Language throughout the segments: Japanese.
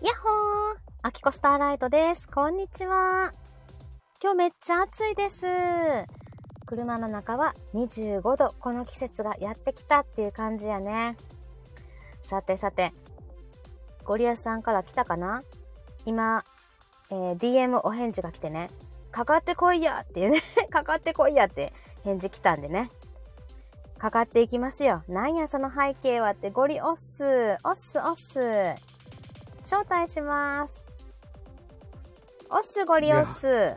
やっほーアキコスターライトです。こんにちは。今日めっちゃ暑いです。車の中は25度。この季節がやってきたっていう感じやね。さてさて、ゴリアスさんから来たかな今、えー DM お返事が来てね、かかってこいやっていうね、 かかってこいやって返事来たんでね。かかっていきますよ。なんやその背景はってゴリオッス、オッスオッス。招待します。オッスゴリオッス。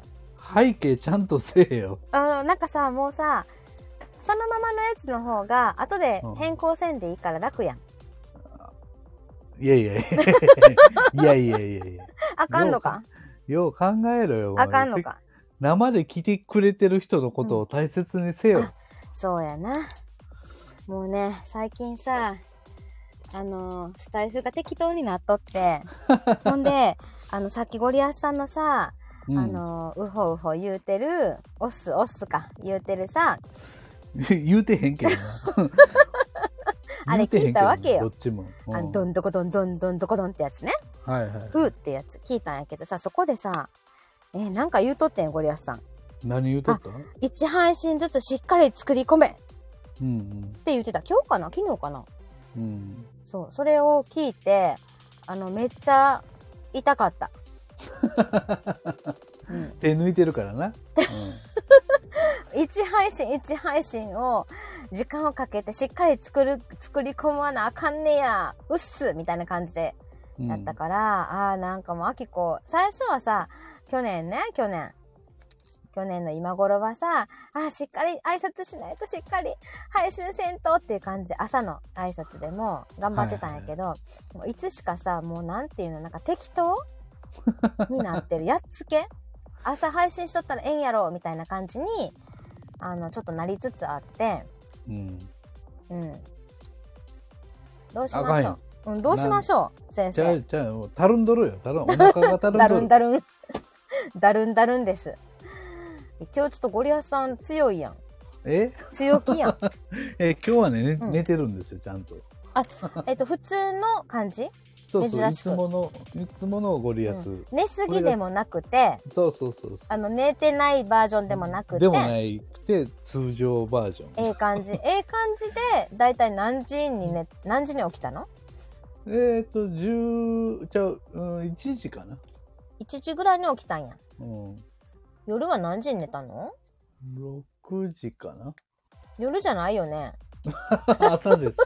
背景ちゃんとせえよ。あの、なんかさ、もうさ、そのままのやつの方が、後で変更せんでいいから楽やん。いや いやいやいやいやいやいや。あかんのかよう考えろよ。お前あかんの。か。生で来てくれてる人のことを大切にせよ。うんそうやな。もうね、最近さ、あのースタイフが適当になっと って、ほんで、あの、さっきゴリアスさんのさ、うんあのーうほうほ言うてる、オスオスか、言うてるさ、。言うてへんけどな あれ聞いたわけよ言うてへんけどなどっちも。あうのんどんどこどんどんどんどこどんってやつね、はいはい。ふーってやつ聞いたんやけどさ、そこでさ、えーなんか言うとってん、ゴリアスさん。何言うとった一配信ずつしっかり作り込めってうん言ってた。今日かな昨日かなうん。うん。そう、それを聞いて、あの、めっちゃ痛かった。うん、手抜いてるか らな。一配信一配信を時間をかけてしっかり作る、作り込まなあかんねや、うっすみたいな感じでうん。やったから、ああー、なんかもう、あきこ、最初はさ、去年ね、去年。去年の今頃はさ、あーしっかり挨拶しないとしっかり配信せんとっていう感じで、朝の挨拶でも頑張ってたんやけど、もういつしかさ、もうなんていうの、なんか適当になってる。やっつけ朝配信しとったらええんやろみたいな感じに、あの、ちょっとなりつつあって、うん。うん。どうしあかまんしょよ。う。うん、どうしましょう、先生じゃ。あ、じゃあ、もうたるんどるよ。たるん、お腹がたるんだ どるるん。だるん。だるんだるんです。一応ちょっとゴリアスさん強いやん。え強気やん。え、今日はね、うん寝てるんですよ、ちゃんと。えっと、普通の感じそうそう、珍いしつくもの、いつものゴリアス。寝すぎでもなくて、そうそうそうそう。あの、寝てないバージョンでもなくてで、もないくて、通常バージョン。ええ感じ。ええ感じで、だいたい何時にね、何時に起きたのえっ、ー、と、10、じゃう、うん、1時かな。 ?1 時ぐらいに起きたんや。うん。夜は何時に寝たの6時かな。 夜じゃないよね。朝です。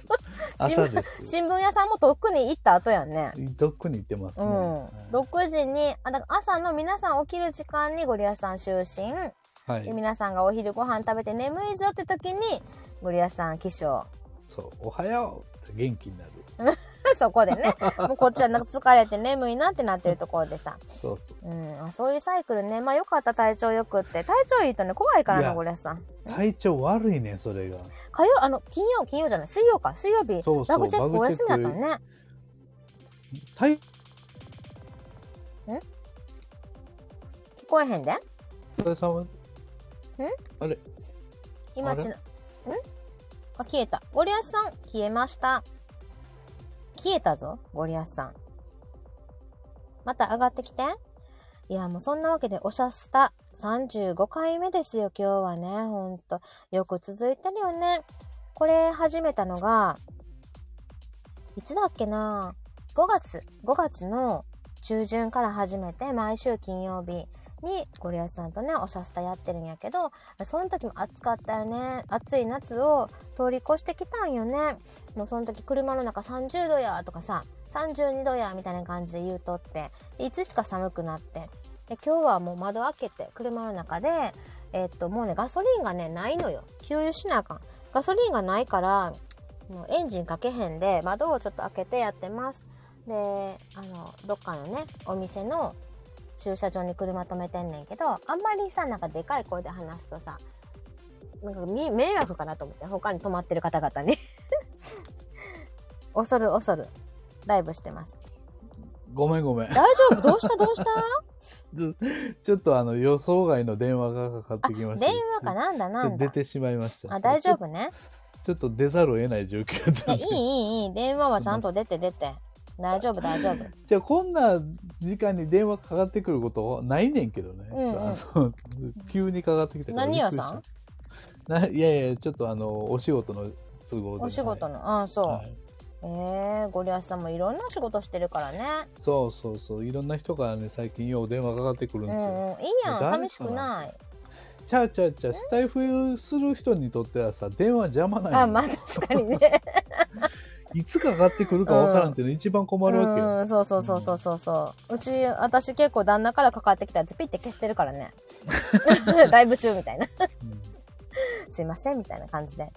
新朝です。新聞屋さんもとっくに行った後やんね。どっくに行ってますうね。ん。6時に、あ、だから朝の皆さん起きる時間にゴリアスさん就寝。はい。ではい、皆さんがお昼ご飯食べて眠いぞって時にゴリアスさん起床 そう、おはようって元気になる。そこで ねもうこっちはなんか疲れて眠いなってなってるところでさ、そうそう。うん、あそういうサイクルねまあよかった体調よくって体調いいとね怖いからいなやゴリアスさん体調悪いね、それが。火曜あの金曜金曜じゃない水曜か水曜日そうそうラグチェックおラグ休チェみックだったのね体聞こえへんで調さんは今あれちなんあ消えたゴリアスさん消えました消えたぞゴリアスさんまた上がってきていやもうそんなわけでおしゃスタ35回目ですよ今日はねほんとよく続いてるよねこれ始めたのがいつだっけな5月5月の中旬から始めて毎週金曜日にゴリアスさんとねおしゃスタやってるんやけどその時も暑かったよね暑い夏を通り越してきたんよねもうその時車の中30度やとかさ32度やみたいな感じで言うとってでいつしか寒くなってで今日はもう窓開けて車の中でえっともうねガソリンがねないのよ給油しなあかんガソリンがないからもうエンジンかけへんで窓をちょっと開けてやってますであのどっかのねお店の駐車場に車止めてんねんけどあんまりさなんかでかい声で話すとさなんかみ迷惑かなと思って他に泊まってる方々に 恐る恐るダイブしてますごめんごめん。大丈夫どうしたどうした ちょっとあの予想外の電話がかかっあてき電ま話した。かなんだなん出だてしまいました。あ大丈夫ねちょっと出ざるを得ない状況だったいやいんでいいいいい電話はちゃんと出て出て大丈夫、大丈夫。じゃあこんな時間に電話かかってくることないねんけどね、うんうんあの急にかかってきたから何屋さんびっくりしたないやいやちょっとあのお仕事の都合で、お仕事のの、ああ、そう。ええゴリアスさんもいろんな仕事してるからね。そうそうそういろんな人からね最近よう電話かかってくるんうですよ、んうん。いいやん。誰かな寂しくない。ちゃうちゃうちゃうスタイフする人にとってはさ電話邪魔なんよあ、まあ確かにね。いつかかってくるかわからんっていうの一番困るわけよ、うん、そうそうそうそうそうそう。うち、私結構旦那からかかってきたやつピッて消してるから ね。 ライブ中みたいな。うんすいません、みたいな感じで。よ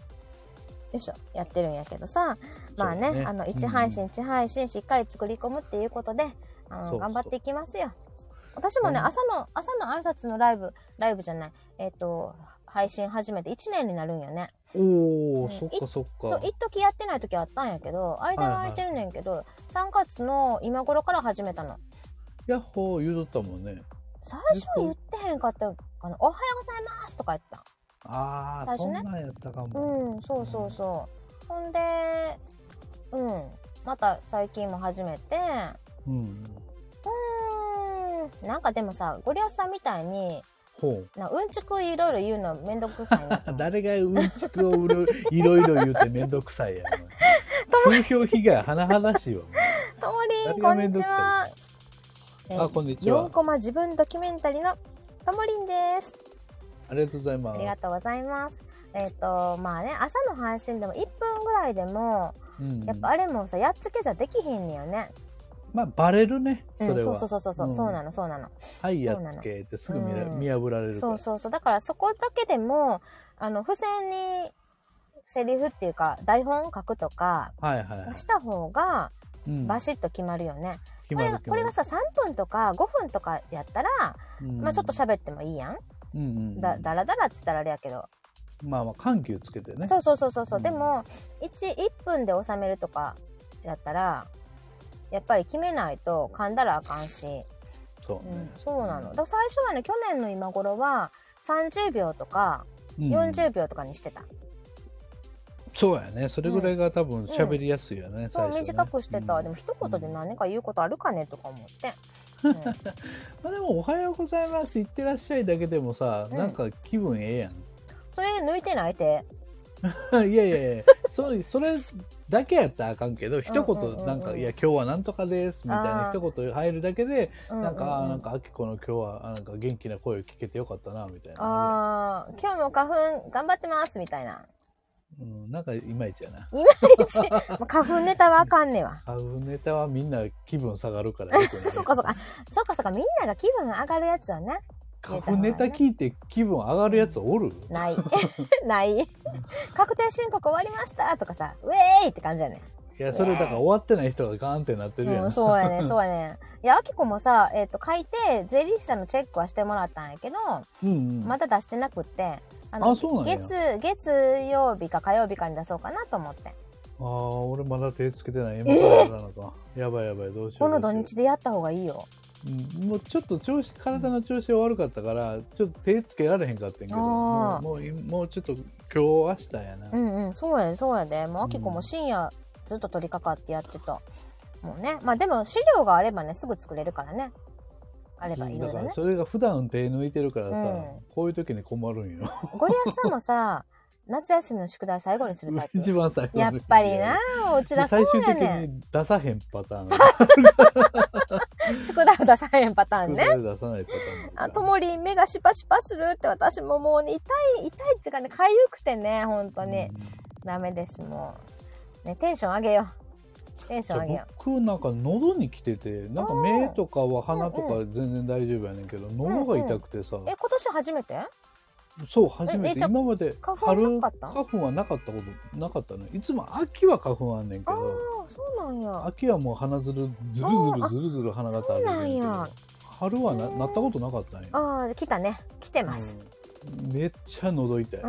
いしょ、やってるんやけどさ。まあそうね、ねあの、うん1配信、1配信、しっかり作り込むっていうことで、あのそうそう頑張っていきますよ。私もね、うん朝の、朝の挨拶のライブ、ライブじゃない、えっ、と、配信始めて1年になるんよね。おお、うんそっかそっそかう一時やってない時あったんやけど間が空いてるねんけど、3月の今頃から始めたのヤッホー言うとったもんね最初は言ってへんかったかな「おはようございます」とか言ったああ、最初ねそんなんやったかも、うんそうそうそうほんでうんまた最近も始めてうんうーんなんかでもさゴリアスさんみたいにほうなうんちくいろいろ言うのめんどくさいなと思う誰がうんちくをうる いろいろ言うてめんどくさいやろ風評被害甚 だしいわともりん誰こがんめにんどちくさいはえあこんにちは4コマ自分ドキュメンタリーのともりんですありがとうございまあすりがとうございます。えっ、とまあね朝の配信でも1分ぐらいでもうんやっぱあれもさやっつけじゃできひんねよね。まあバレるねそうんれは、そうそうそうそうそう、んそうなのそうなの。はいやっつけってすぐ見,、うん見破られるからそうそうそうだからそこだけでもあの付箋にセリフっていうか台本書くとかはいはい、した方がうん、バシッと決まるよね。こ決まれるが決こまれるがさ3分とか5分とかやったら、うんまあちょっと喋ってもいいやん。うんうんだだらだらっつったらあれやけど。まあまあ緩急つけてねそうそうそうそうそう、うんでも 1, 1分で収めるとかだったらやっぱり決めないと噛んだらあかんし、そううねん、そうなのだから最初はね去年の今頃は30秒とかうん40秒とかにしてた、そうやねそれぐらいが多分喋りやすいよね、そ最う初ね短くしてた、うんでも一言で何か言うことあるかねとか思って、まあでも「おはようございます」「いってらっしゃい」だけでもさ、うんなんか気分ええやんそれ抜いてないって いやいやいやそれそれだけやったらあかんけど一うんうんうん言なんか「いや今日はなんとかです」みたいなあー一言入るだけでうんうんうなんんか「あーなんかあきこの今日はあなんか元気な声を聞けてよかったな」みたいな、あー今日も花粉頑張ってますみたいなうん、なんかいまいちやな まあ花粉ネタはあかんねわ買うネタはみんな気分下がるからよくない そうかそうかあそうかそうかみんなが気分上がるやつはね買うネタ聞いて気分上がるやつおる ないない確定申告終わりましたとかさウェーイって感じやねいやそれだから終わってない人がガーンってなってるやん、うん、そう やねそうやねいやあきこもさ、えっと書いて税理士さんのチェックはしてもらったんやけどうんうんまだ出してなくってああそうなんや月月曜日か火曜日かに出そうかなと思ってああ、俺まだ手つけてない。今からやらなあかんやばいやばい、どうしよこう。のど土う日しよでやった方がいいよううんもうちょっと調子、体の調子が悪かったから、ちょっと手つけられへんかったんやけど、あーもうもういもうちょっと今日明日やな。うんうんそうやねそうやでもうあきこうもん深夜ずっと取り掛かってやってたもうねまあでも資料があればねすぐ作れるからねあればいろいだかろねらそれが普段手抜いてるからさ、うんこういう時に困るんよ。ゴリアスさんも さ、夏休みの宿題最後にするタイプ。一番最後のやっぱりな、うちらそう最終や的ねん。に出さへんパターン。宿題を出さへんパターンね。それ出さないパターン。あともりん目がシパシパするって私ももうね、痛い、痛いっていうかね、痒くてね、本当に。うんダメです、もう。ね、テンション上げよう。テンション上げよ僕なんか喉に来ててなんか目とかは鼻とか全然大丈夫やねんけど、喉が痛くてさ、う。え、今年初めてそう初めえてじゃあ今まで花粉なかった春花粉はなかったことなかったねいつも秋は花粉あんねんけああど、そうなんや。秋はもう鼻づるずるずるずるずる鼻が垂れてるんそうなんややけど春はなへーなったことなかったんや、ああ、来たね。来てます。うんめっちゃ喉痛い、う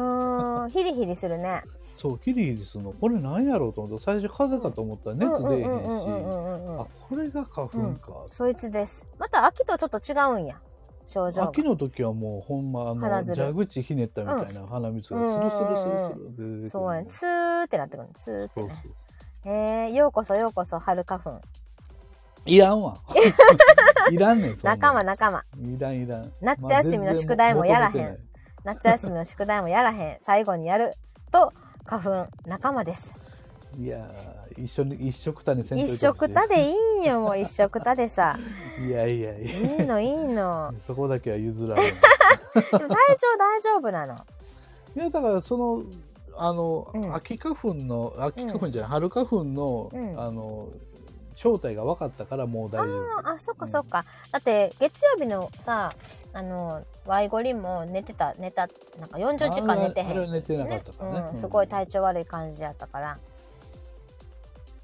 ん、 ヒリヒリするね。そうヒリヒリするのこれなんやろうと思った最初風邪かと思ったら熱出えへんうんし、うんうんうんうんうんうんあこれが花粉か、そいつです。また秋とちょっと違うんや。症状が。秋の時はもうほんまあ鼻のづる蛇口ひねったみたいな鼻水がスルスルスルスル出てくるそうやね。ツーってなってくる。ツーってそうね。えー、ようこそようこそ春花粉。いら んわ。いらんねん、そんなん仲間仲間。いらんいらん。夏休みの宿題もやらへんまあ全然夏休みの宿題もやらへん。最後にやる。と、花粉仲間です。求めてないいやー、一緒に、一緒くたにせんとい一てほしい緒くたでいいんよ、もう一緒くたでさ。いやいやいいや。いの、いいの。そこだけは譲 らない。でも体調大丈夫なの。いや、だから、その、あの、うん秋花粉の、秋花粉じゃない、春花粉の、うんあの、正体が分かったからもう大丈夫。あ、そっかそっか。だって、月曜日のさ、あの、ワイゴリも寝てた、寝た、なんか40時間寝てへあれはん。あれは寝てなかねったからね。うん、すごい体調悪い感じやったから。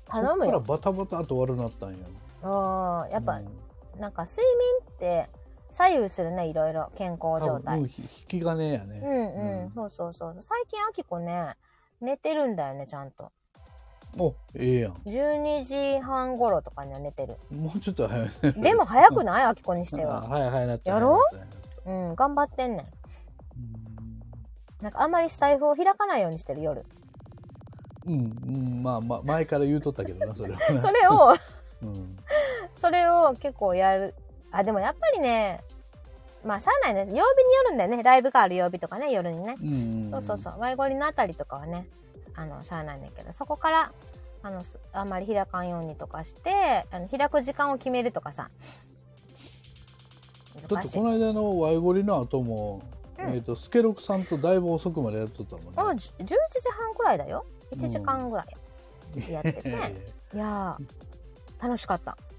頼むそっからよ。バタバタと悪なったんや。うん、やっぱうん、なんか睡眠って左右するねいろいろ健康状態多分ううんひ引き金やね。んうん、うんそうそうそう最近あきこね寝てるんだよねちゃんとお、ええやん。 12時半頃とかには寝 てるもうちょっと早めでも早くないあきこにしてあは はいはいなってやろううん頑張ってんねんんなんかあんまりスタイフを開かないようにしてる夜うん、うん、まあまあ前から言うとったけ どなそれはねそれをうんそれを結構やるあでもやっぱりねまあしゃあないね曜日によるんだよねライブがある曜日とかね夜にねうんそうそうそう、ワイゴリのあたりとかはね、あの、しゃあないねんだけど、そこから、あの、すあんまり開かんようにとかして、あの開く時間を決めるとかさ。だっ難てしいこ。の間のワイゴリの後も、うんえっ、とスケロクさんとだいぶ遅くまでやっとったもんねあ、じゅ11時半くらいだよ。1時間ぐらいやってて。えいやー、楽しかった。え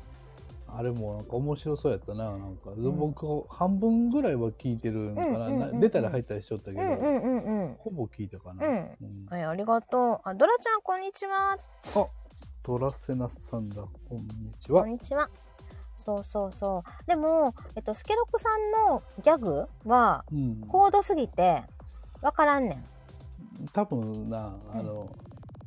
あれもなんか面白そうやったななんか、ん僕半分ぐらいは聞いてるのかな,な、うんうんうんうん出たら入ったりしとったけうど、んうんうんうん。ほぼ聞いたかな、うんうんはい、ありがとう。あ、ドラちゃん、こんにちは。あトラセナさんだこんにちこはんにちは。そうそうそう。でも、えっと、スケロクさんのギャグは、うん高度すぎて、わからんねん。多分なあの、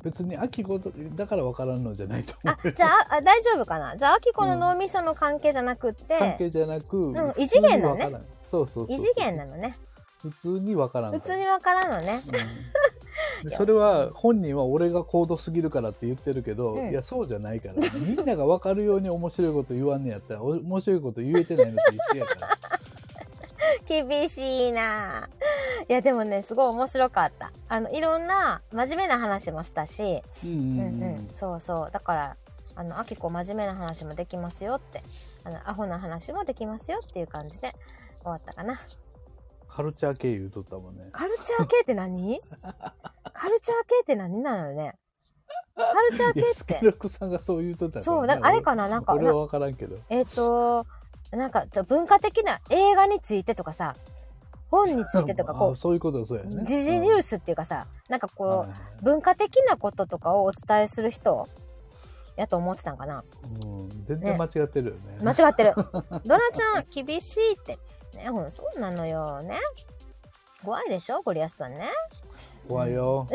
別に秋子だから分からんのじゃないと 思あうよ、じゃあ、あ大丈夫かなじゃあ、アキコの脳みその関係じゃなくって、関係じゃなく、ん異次元だね普通に分からんそうそうそう異次元なのね。普通に分からん普通にわからんのね。うん でそれは本人は俺が高度すぎるからって言ってるけど、うんいやそうじゃないから、ね、みんなが分かるように面白いこと言わんねやったらお面白いこと言えてないのと一緒 やから厳しいなぁいや、でもね、すごい面白かった。あの、いろんな真面目な話もしたし、うんううんんううんん、そうそう。だから、あの、アキコ真面目な話もできますよって、あの、アホな話もできますよっていう感じで終わったかな。カルチャー系言うとったもんねカルチャー系って 何カルチャー系って何なのよね。カルチャーい系やっスてケ。ロクさんがそう言うとったらそう、だからあれかななんか、俺は分からんけどえっ、と、なんか、ちょ文化的な映画についてとかさ、本についてとか、あこそういうことそうやう、ね時事ニュースっていうかさ、なんかうんはこ、いはいう文化的なこととかをお伝えする人やと思ってたんかな。うん全然間違ってるよね。間違って る。ドラちゃん、厳しいって。ね、ほん、そうなのよね。怖いでしょゴリアスさんね。怖いよ。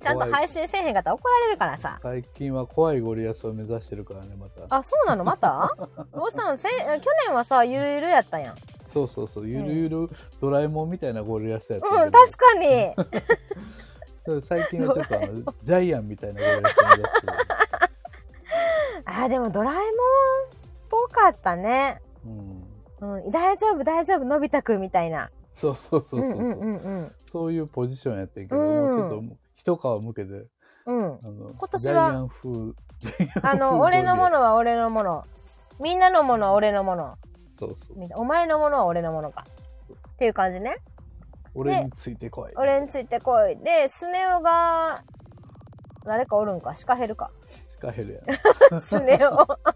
ちゃんと怖い配信せえへんかったら怒られるからさ。最近は怖いゴリアスを目指してるからね、また。あ、そうなのま たどうしたのせん去年はさ、ゆるゆるやったやん。そうそうそう、ゆるゆるドラえもんみたいなゴリアスやったけどうん、確かに。最近はちょっとあのジャイアンみたいなゴリアスを目指してる。あーでもドラえもんっぽかったね。うん、うん、大丈夫大丈夫のび太くんみたいな。そうそうそうそう,、んうんうんそういうポジションやってんけど、うんもうちょっと一皮向けて、うん。うん。あの今年ジはャイアン風。あの、俺のものは俺のもの。みんなのものは俺のもの。そうそう。みんなお前のものは俺のものか。っていう感じね。俺についてこい。俺についてこい。で、スネ夫が、誰かおるんかシカヘルか。スカヘル やん。スネ夫。 あ、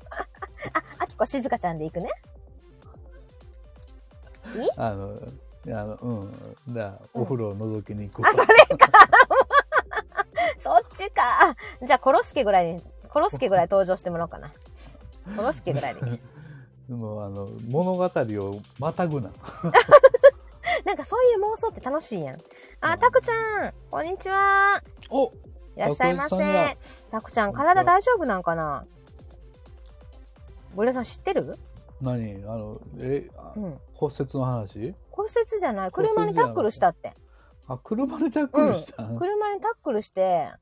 あきこ静香ちゃんで行くね。あの、あの、うん。だからお風呂を覗きに行く。あ、それかそっちかじゃあ、コロスケぐらいに、コロスケぐらい登場してもらおうかな。コロスケぐ らいで。でもあの物語をまたぐな。なんかそういう妄想って楽しいやん。あ、タクちゃん、こんにちは。おいらっしゃいまタクさんだせ。タクちゃん、体大丈夫なんかなゴリラさん知ってる何あのえ、あうん。骨折の話骨折じゃない。車にタックルしたって。あ車でタックルした、うん車にタックルして、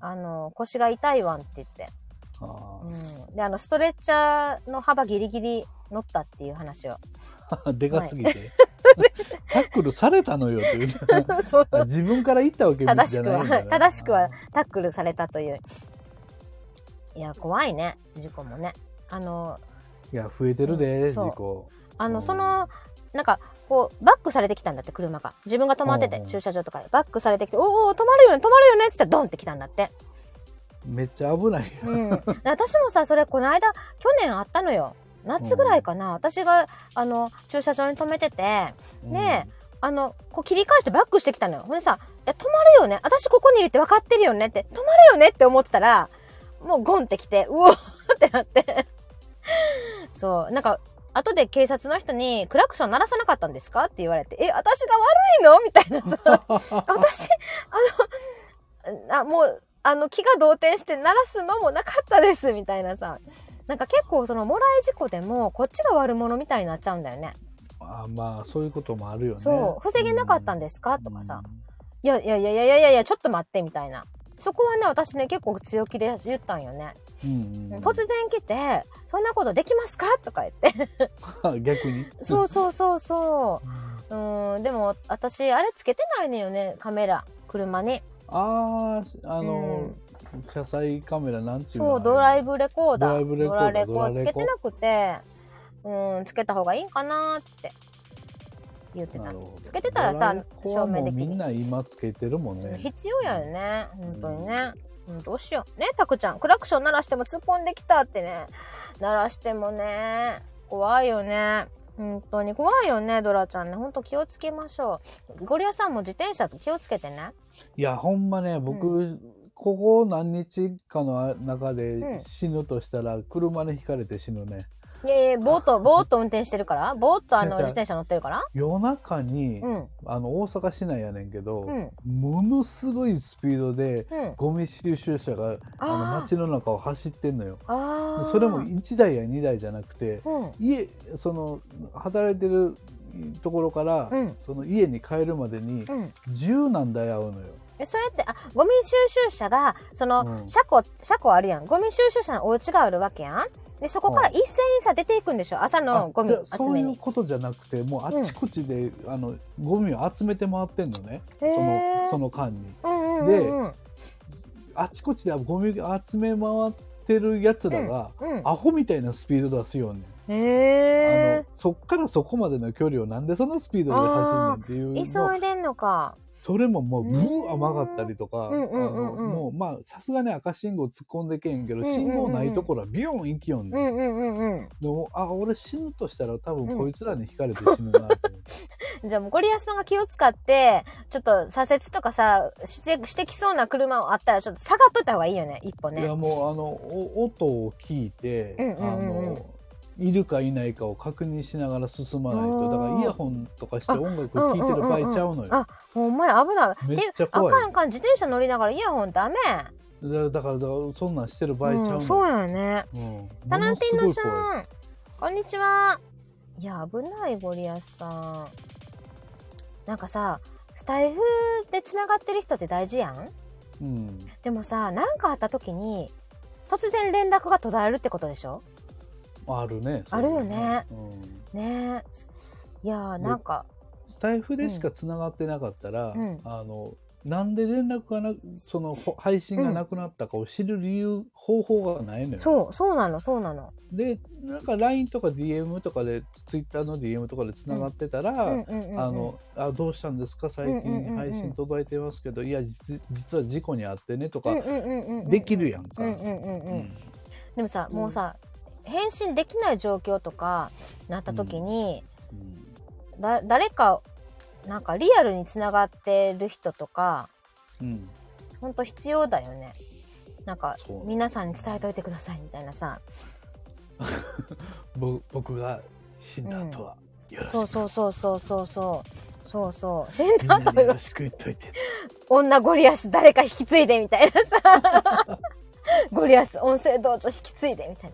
あの、腰が痛いわんって言って。あうん。で、あの、ストレッチャーの幅ギリギリ乗ったっていう話 を。ー でかすぎて。 タックルされたのよという。 そうあ自分から言ったわけじゃない正しんくだは、ね正しくは。タックルされたという。いや、怖いね、事故もね。あの、いや、増えてるで、うん事そう故。あうんの、その、なんか、こう、バックされてきたんだって、車が。自分が止まってうてんう、ん駐車場とかで。バックされてきて、おーおー、止まるよね、止まるよねって言ったら、ドンって来たんだって。めっちゃ危ないよ。うん。私もさ、それ、この間、去年あったのよ。夏ぐらいかな。私が、あの、駐車場に止めてて、ねえ、あの、こう切り返してバックしてきたのよ。ほんでさ、いや、止まるよね。私ここにいるって分かってるよねって、止まるよねって思ってたら、もうゴンってきて、うおーってなって。そう、なんか、後で警察の人に、クラクション鳴らさなかったんですかって言われて、え、私が悪いのみたいなさ。 私、あの、あもう、あの、気が動転して鳴らす間もなかったです、みたいなさ。なんか結構その、もらい事故でも、こっちが悪者みたいになっちゃうんだよね。あまあ、そういうこともあるよね。そう、防げなかったんでですかとかさ、いやいやいやいやいやいやちょっと待ってみたいな。そこはね、私ね、結構強気で言ったんよね。うんうん突然来て、そんなことできますかとか言っ て。逆に。そうそうそうそうんう。うん、でも私、あれつけてないのよね、カメラ。車に。あーあの、車載カメラなんていうのそう、ドライブブレコーダー。ドライブレコーダードラレコつけてなくて、うん、つけた方がいいんかなって言ってた。つけてたらさ証明証明ででききるみんな今つけてるもんね。必要やよね本当にね、うん、どうしようねたくちゃんクラクション鳴らしても突っ込んできたってね鳴らしてもね怖いよね本当に怖いよねドラちゃんね本当気をつけましょうゴリアさんも自転車と気をつけてねいやほんまね僕、うここ何日かの中うでん死ぬとしたら車にひかれて死ぬね。いやいやボートボート運転してるからボートあの違う違う自転車乗ってるから夜中に、うんあの大阪市内やねんけど、うんものすごいスピードでうんゴミ収集車があのあー街の中を走ってんのよ。ああそれも1台や2台じゃなくて、うん家その働いてるところから、うんその家に帰るまでにうん十何台会うのよ。えそれってあゴミ収集車がその、うん車庫車庫あるやんゴミ収集車のお家があるわけやんでそこから一斉にさ出ていくんでしょ朝のゴミあじゃあ集そうめいうにことじゃなくてもうあっちこっちで、あのゴミを集めて回ってんのねへそのーその間に。うんうんうんうんあっちこっちでゴミ集め回ってるやつらが、うんアホみたいなスピード出すよねん。あへのそっからそこまでの距離をなんでそのスピードで走んねんっていえうの急いでんのかそれももううブんー甘かったりとか、うんうんうんうんあのもうまあさすがに赤信号突っ込んでけへんけど、うんうんうん信号ないところはビヨン行きよんね、うんんうんうんでもあ俺死ぬとしたら多分こいつらに引かれて死ぬなと思って、うんじゃあもうゴリアスさんが気を使ってちょっと左折とかさしてしてきそうな車あったらちょっと下がっといた方がいいよね一歩いやねもうあのお音を聞いて、うんうんうんうんあのいるかいないかを確認しながら進まないとだかあらーイヤホンとかして音楽聴いてる場合ちゃうのよ。あほんまや危ないめっちゃてあか怖いんあかん自転車乗りながらイヤホンダメだだからだからそんなんしてる場合ちゃうのうん、そうやねうんタランティーもノのちすごい怖いゃん、こんにちは。いや、危ない、ゴリアスさん。なんかさ、スタイフで繋がってる人って大事やんうんでもさ、なんかあった時に、突然連絡が途絶えるってことでしょあるね。あるよねそうだね。うんねえ。いやー、でなんか、スタイフでしかつながってなかったら、うんあのなんで連絡がなそのほ配信がなくなったかを知る理由、方法がないのよ。そう、そうなの、そうなの。でなんか LINE とか DM とかで Twitter の DM とかでつながってたら、うんうんうんうん。あのあどうしたんですか最うんうんうんう近ん配信届いてますけど、いや実実は事故にあってねとうかんうんうんうんうん、できるやんか。うんうんうんううん。んでもさ、もうさ、返信できない状況とか、なった時に、うんだ誰かなんかリアルにつながってる人とかうんほんと必要だよねなんかそう皆さんに伝えといてくださいみたいなさぼ僕が死んだとは、よろしくそうそうそうそうそうそうそうそう 死んみんだなに後よよろしく言っといて女ゴリアス誰か引き継いでみたいなさ ゴリアス音声道場引き継いでみたい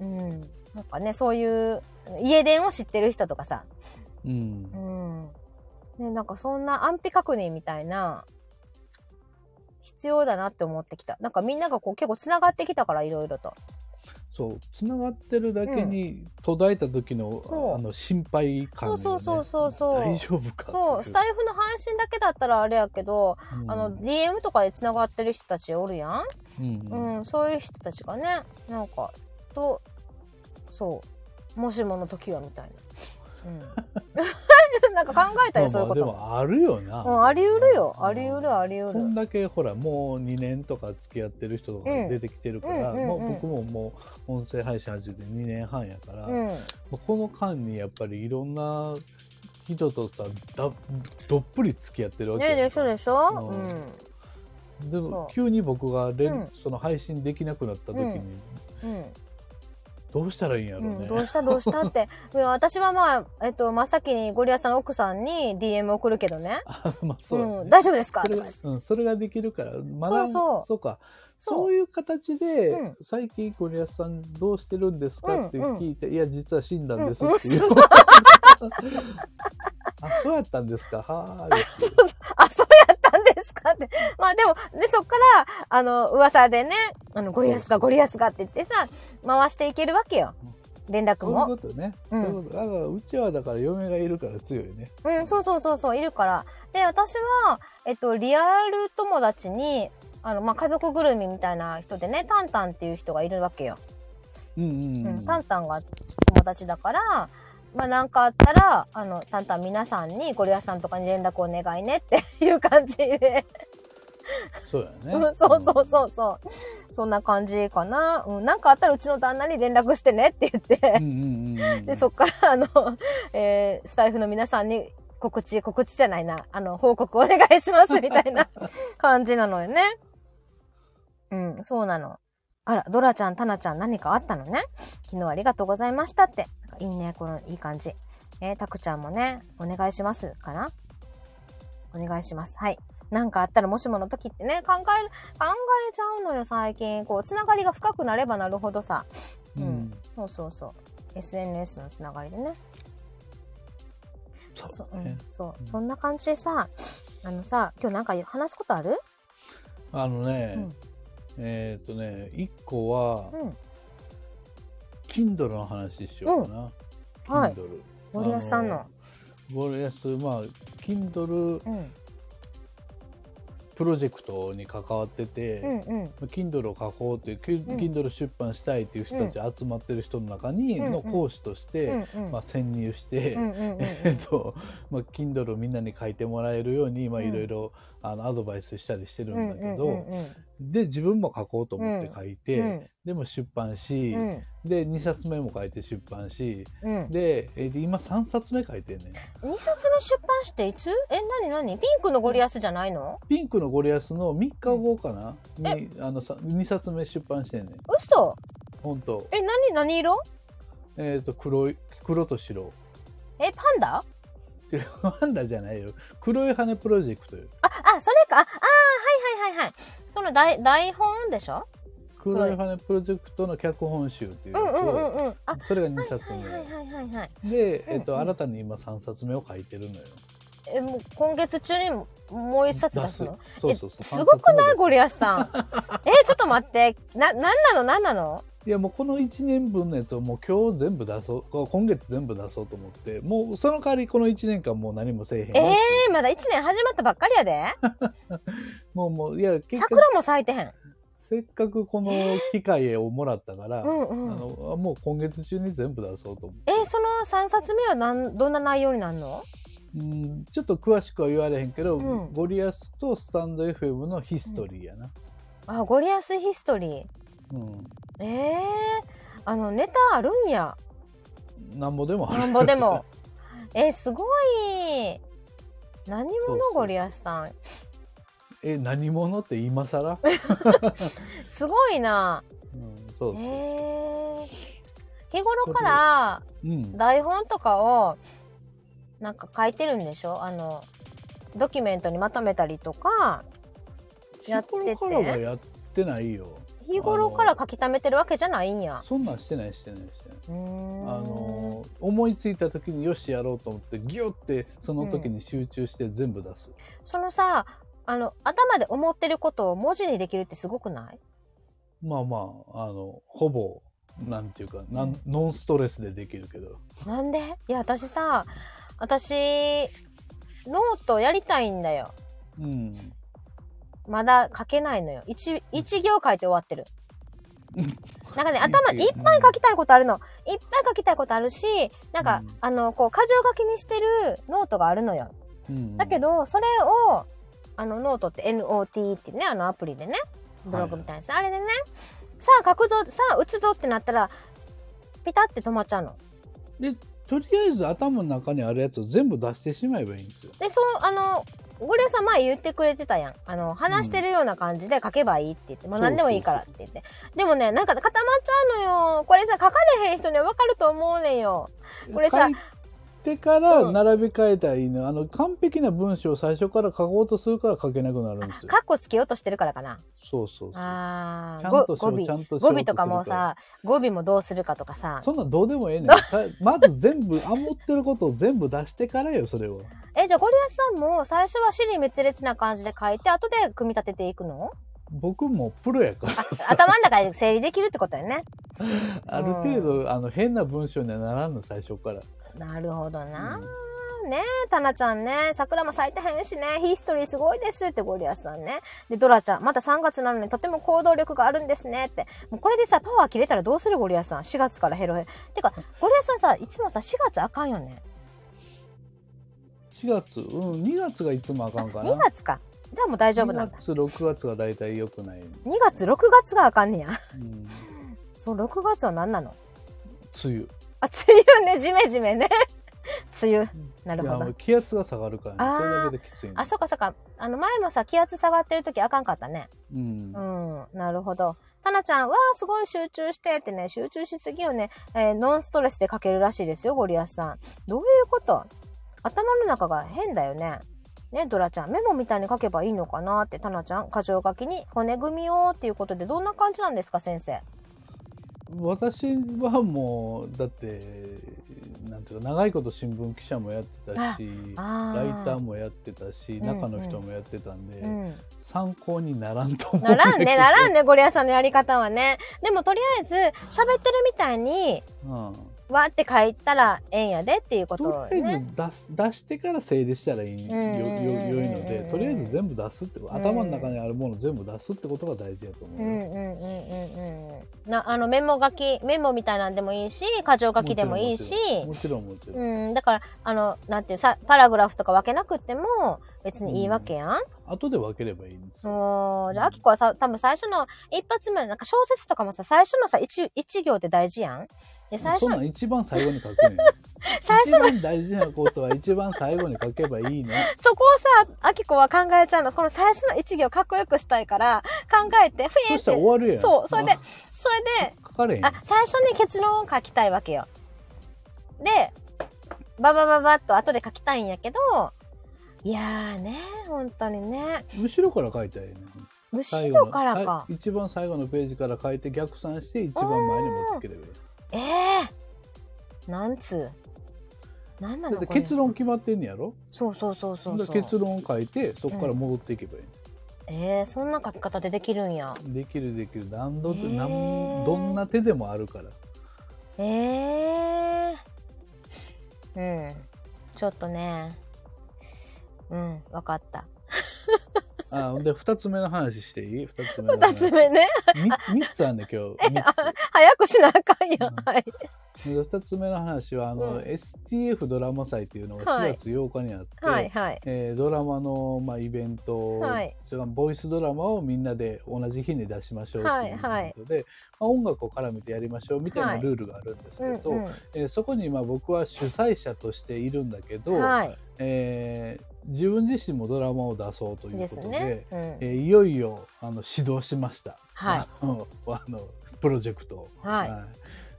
なうんなんかねそういう家電を知ってる人とかさうんうんねなんかそんな安否確認みたいな必要だなって思ってきた。なんかみんながこう結構繋がってきたからいろいろと。そうつながってるだけに途絶えた時の、そうあの心配感が、ね、そうそうそうそう大丈夫かそう、スタイフの配信だけだったらあれやけど、うんあの DM とかで繋がってる人たちおるやん。うんうんうん、そういう人たちがね、なんか、と、そう、もしもの時はみ たいな。うん。 なんか考えたよ、まそういあうまこあでと。もあるよな、うん、あり得るよ。うんあり得る、あり得こんる。だけほらもう2年とか付き合ってる人とかが出てきてるから、うんうんうんもうんう僕ももう音声配信始めて2年半やから、うもん。うこの間にやっぱりいろんな人とさだどっぷり付き合ってるわけねやんでしょでしょううんん。でもそう急に僕がれんうんその配信できなくなった時に、うんうん。どうしたらいいんやろううね、ん、どうしたどうしたって。いや私はまあ、えっと、真っ先にゴリアスさんの奥さんに DM 送るけどね。あ まあうそうだね、ん、大丈夫ですかそれとがか。うん、それができるから、まそだうそうかそうそういう形で、うん最近ゴリアスさんどうしてるんですかってうんうん聞いて、いや実は死んだんですうんっていう、 あそうやったんですかはーいあ、そうやったんですかって。まあでも、で、そっから、あの、噂でね、あの、ゴリアスがゴリアスがって言ってさ、回していけるわけよ。連絡そういうこも。とね、うんそういうことだからうちはだから嫁がいるから強いねうん、そうそうそうそう、いるから。で、私は、えっと、リアル友達に、あの、まあ、家族ぐるみみたいな人でね、タンタンっていう人がいるわけよ。うんうん、ううんん、タンタンが友達だから、まあなんかあったら、あの、タンタン皆さんにゴリアスさんとかに連絡お願いねっていう感じで。そうやね、うんそうそうそうそう。そんな感じかな。うん、なんかあったらうちの旦那に連絡してねって言ってう、んうんうんうんで、そっから、 あの、えースタイフの皆さんに告知、告知じゃないな、あの、報告お願いしますみたいな感じなのよね。うん、そうなの。あら、ドラちゃん、タナちゃん何かあったのね。昨日ありがとうございましたって。なんかいいね、このいい感じ。えー、タクちゃんもね、お願いしますかなお願いします。はい。なんかあったらもしもの時ってね、考える、考えちゃうのよ、最近。こう、つながりが深くなればなるほどさ。うんうんそうそうそう。SNS のつながりでね。そそうう、うねん、そう、うんそんな感じでさ、あのさ、今日なんか話すことあるあのね、うんえっ、とね一個は、うん。 Kindle の話しようかな、うんはい Kindle ゴリアスさんの。あゴリアスまあ Kindle うん。プロジェクトに関わってうて、んうん。 Kindle を書こうっていう、きゅ Kindle 出版したいっていう人たち集まってる人の中にうんの講師としうんうて、ん。うんまあ、潜入して、 うんうんうんえっとまあ、Kindle をみんなに書いてもらえるように、まあ、うんいろいろあのアドバイスしたりしてるんだけど、うんうんうんで自分も書こうと思って書いて、うんでも出版し、うんで2冊目も書いて出版しうんで、えーで今3冊目書いてんねん二冊目出版していつえ、なになにピンクのゴリアスじゃないのピンクのゴリアスの3日後かな、にあのさ2冊目出版してんねん嘘ほんとえ、なに何色えっ、と黒い黒と白え、パンダ違うパンダじゃないよ黒い羽プロジェクトよあ、あ、それか。あ、あーはいはいはいはい。その台、台本でしょ黒い羽プロジェクトの脚本集っていううやんつうんうをんうん。あ、はそれが2冊い目、はいはいはいはい。で、えーとうんうん新たに今3冊目を書いてるのよえ、もう今月中にももう一冊出すの出そうそうそうえ三す冊ごく目ないでゴリアス さん。えちょっと待って。な、なんなのなんなのいやもうこの1年分のやつをもう今日全部出そうこ今月全部出そうと思ってもうその代わりこの1年間もう何もせえへんよええまだ1年始まったばっかりや で。もうもういや結局桜も咲いてへん。せっかくこの機会をもらったから、うんあうん。のもう今月中に全部出そうと思う、えその3冊目はなん、どんな内容になるのうん、ちょっと詳しくは言われへんけど、うんゴリアスとスタンド FM のヒストリーやな、あ、ゴリアスヒストリー。うんええあの、ネタあるんや。なんぼでもあるなんぼで も。えすごい。何そう者そうゴリアスさん。え何者って今更、すごいな。うん、そうえそう、え日頃から、うん台本とかをなんか書いてるんでしょあのドキュメントにまとめたりとかやってて日頃からはやってないよ日頃から書き溜めてるわけじゃないんやそんなんしてないしてないしてなあいあの思いついた時によしやろうと思ってギュってその時に集中して全部出す、そのさあの、頭で思ってることを文字にできるってすごくないまあまあ、あの、ほぼ、なんていうか、なんノンストレスでできるけど。なんでいや、私さ、私、ノートやりたいんだよ。うん。まだ書けないのよ。一、一行書いて終わ ってるうん。なんかね、頭いいいっよぱい書きたいことあるの。いっぱい書きたいことあるし、なんか、うんあの、こう、過剰書きにしてるノートがあるのよ。うん、だけど、ど、それを、あの、ノートって NOT ってね、あのアプリでね、ブログみたいなやつ、あれでね、さあ書くぞ、さあ打つぞってなったら、ピタって止まっちゃうの。とりあえず頭の中にあるやつを全部出してしまえばいいんですよ。で、そう、あの、ゴリラさん前言ってくれてたやん。あの、話してるような感じで書けばいいって言って、もう何でもいいからって言って。でもね、なんか固まっちゃうのよ。これさ、書かれへん人にはわかると思うねんよ。これさ書いてから並び替えたらいいの。あの、完璧な文章を最初から書こうとするから書けなくなるんですよ。カッコつけようとしてるからかな。そうそうそう。あちー、ゃごんとし語よう、ち尾。ゃんとし語ようとするら尾とかもさ、語尾もどうするかとかさ。そんなんどうでもええねん。さまず全部、あ持ってることを全部出してからよ、それを。え、じゃあゴリラさんも最初は死に滅裂な感じで書いて、後で組み立てていくの僕もプロや から、頭の中で整理できるってことよね。ある程度、あの、変な文章にはならんの、最初から。なるほどな。うんねえ、タナちゃんね、桜も咲いてへんしね、ヒストリーすごいですってゴリアスさんね。で、ドラちゃん、また3月なのにとても行動力があるんですねって。もうこれでさ、パワー切れたらどうするゴリアスさん ?4 月からヘロヘロ。てか、ゴリアスさんさ、いつもさ、4月あかんよね。 4月、うん、2月がいつもあかんかな。 2月か。じゃあもう大丈夫なんだ2。月、6月が大体良くない。 2月、6月があかんねや。 うん、そう、6月は何なの梅雨。あ、梅雨ね、ジメジメね。 梅雨。なるいやほもどう。気圧が下がるから、ね、あーそれだけできついねあ、そっかそっか。あの、前もさ、気圧下がってる時あかんかったね。うん、うん、なるほど。タナちゃん、わあ、すごい集中してってね、集中しすぎよね。えーノンストレスで書けるらしいですよ、ゴリアスさん。どういうこと頭の中が変だよね。ね、ドラちゃん、メモみたいに書けばいいのかなって、タナちゃん、箇条書きに骨組みをっていうことで、どんな感じなんですか、先生。私はもうだってなんていうか長いこと新聞記者もやってたしあライターー。もやってたしん中の人もやってたんで、うん、参考にならんと思うならん ね、ならんんね、ゴリアスさんのやり方はね。でも、とりあえず、喋ってるみたいに、うん、わーって書いたらええんやでっていうこととをりあね。えず出す出してから整理したらいい、うんうんうんうんよよ良いのでとりあえず全部出すってこと、うん頭の中にあるものを全部出すってことが大事だと思ううよ、んうんうんうんうん。な、あの、メモ書き、メモみたいなんでもいいし、箇条書きでもいいし、もちろんもちろんもちろんうん、だから、あの、なんていう、さ、パラグラフとか分けなくっても、別にいいわけやん。後で分ければいいんですよ、そうじゃあ、アキコはさ、多分最初の、一発目、なんか小説とかもさ、最初のさ、一、一行って大事やん。で、最初そんなの、ん一番最後に書くねん 最一初の、番大事なことは一番最後に書けばい いの。そこをさ、アキコは考えちゃうの。この最初の一行かっこよくしたいから、考えて、ふえそっしたらて終。わるやん。そう、それであ。、それで、書かれへん。あ、最初に結論を書きたいわけよ。で、ババババッと後で書きたいんやけど、いやーね、本当にね、後ろから書いたらええねん。後最後ろのからかは。い一番最後のページから書いて逆算して一番前に持ってければいい。ええー、なんつう。なんなのだってこれ結論決まってんねやろそうそうそうそうそだから結う。論を書いてそこから戻っていけばいい、ええー、そんな書き方でできるんや。できるできる何度ってへー何どんな手でもあるからええー。うん。ちょっとね。うん、わかった。あほんで2つ目の話していい2つ目の二話つ目ね。 3つあんねん今 日三つ早くしなあかんやん。うんはい。で2つ目の話はあの、うん STF ドラマ祭っていうのが4月8日にあって、はい、はい。えードラマの、まあ、イベント、はいそれからボイスドラマをみんなで同じ日に出しましょうってはいいうイベントで、まあ、音楽を絡めてやりましょうみたいはないルールがあるんですけど、うんえーそこにまあ僕は主催者としているんだけうど、ん、はい。えー自分自身もドラマを出そうというですことでね。うえん、ーいよいよあの始動しました、はい あのあのプロジェクトを。はい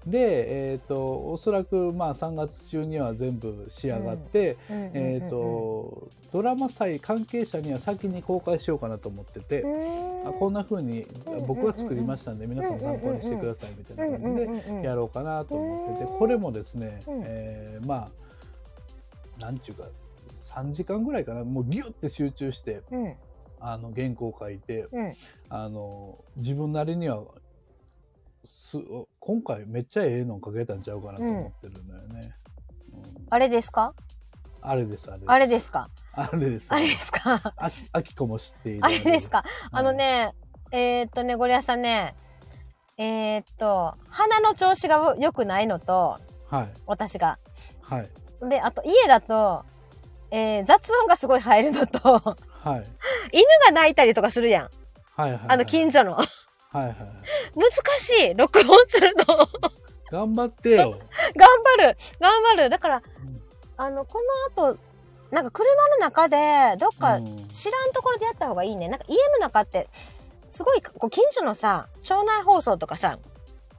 で、えー、とおそらくまあ3月中には全部仕上がって、えー、とドラマ祭関係者には先に公開しようかなと思ってて、あこんな風にうん僕が作りましたんで皆さん参考にしてくださいみたいな感じでやる。ろうかなと思っててうんこれもですね、うんえーまあなんちゅうか3時間ぐらいかなもうギュッて集中してうん、ああの原稿を書いて、うんあの自分なりにはす今回めっちゃええの書けたんちゃうかなと思ってるんだよね。うんあれですかあれですあれですあれですかあれですあれですかあきあきこも知っているあれですかはあいのね、えーっとね、ゴリアスさんね、えーっと、鼻の調子が良くないのと、はい私が。はいで、あと家だと、えー雑音がすごい入るのと、はいはい 犬が泣いたりとかするやん。はいはいあの、近所 の。はいはいはい難しい。録音するの。頑頑張ってよ、張る。頑張る。だから、うんあの、この後、なんか車の中で、どっかうん知らんところでやった方がいいね。なんか家の中って、すごい、こう近所のさ、町内放送とかさ、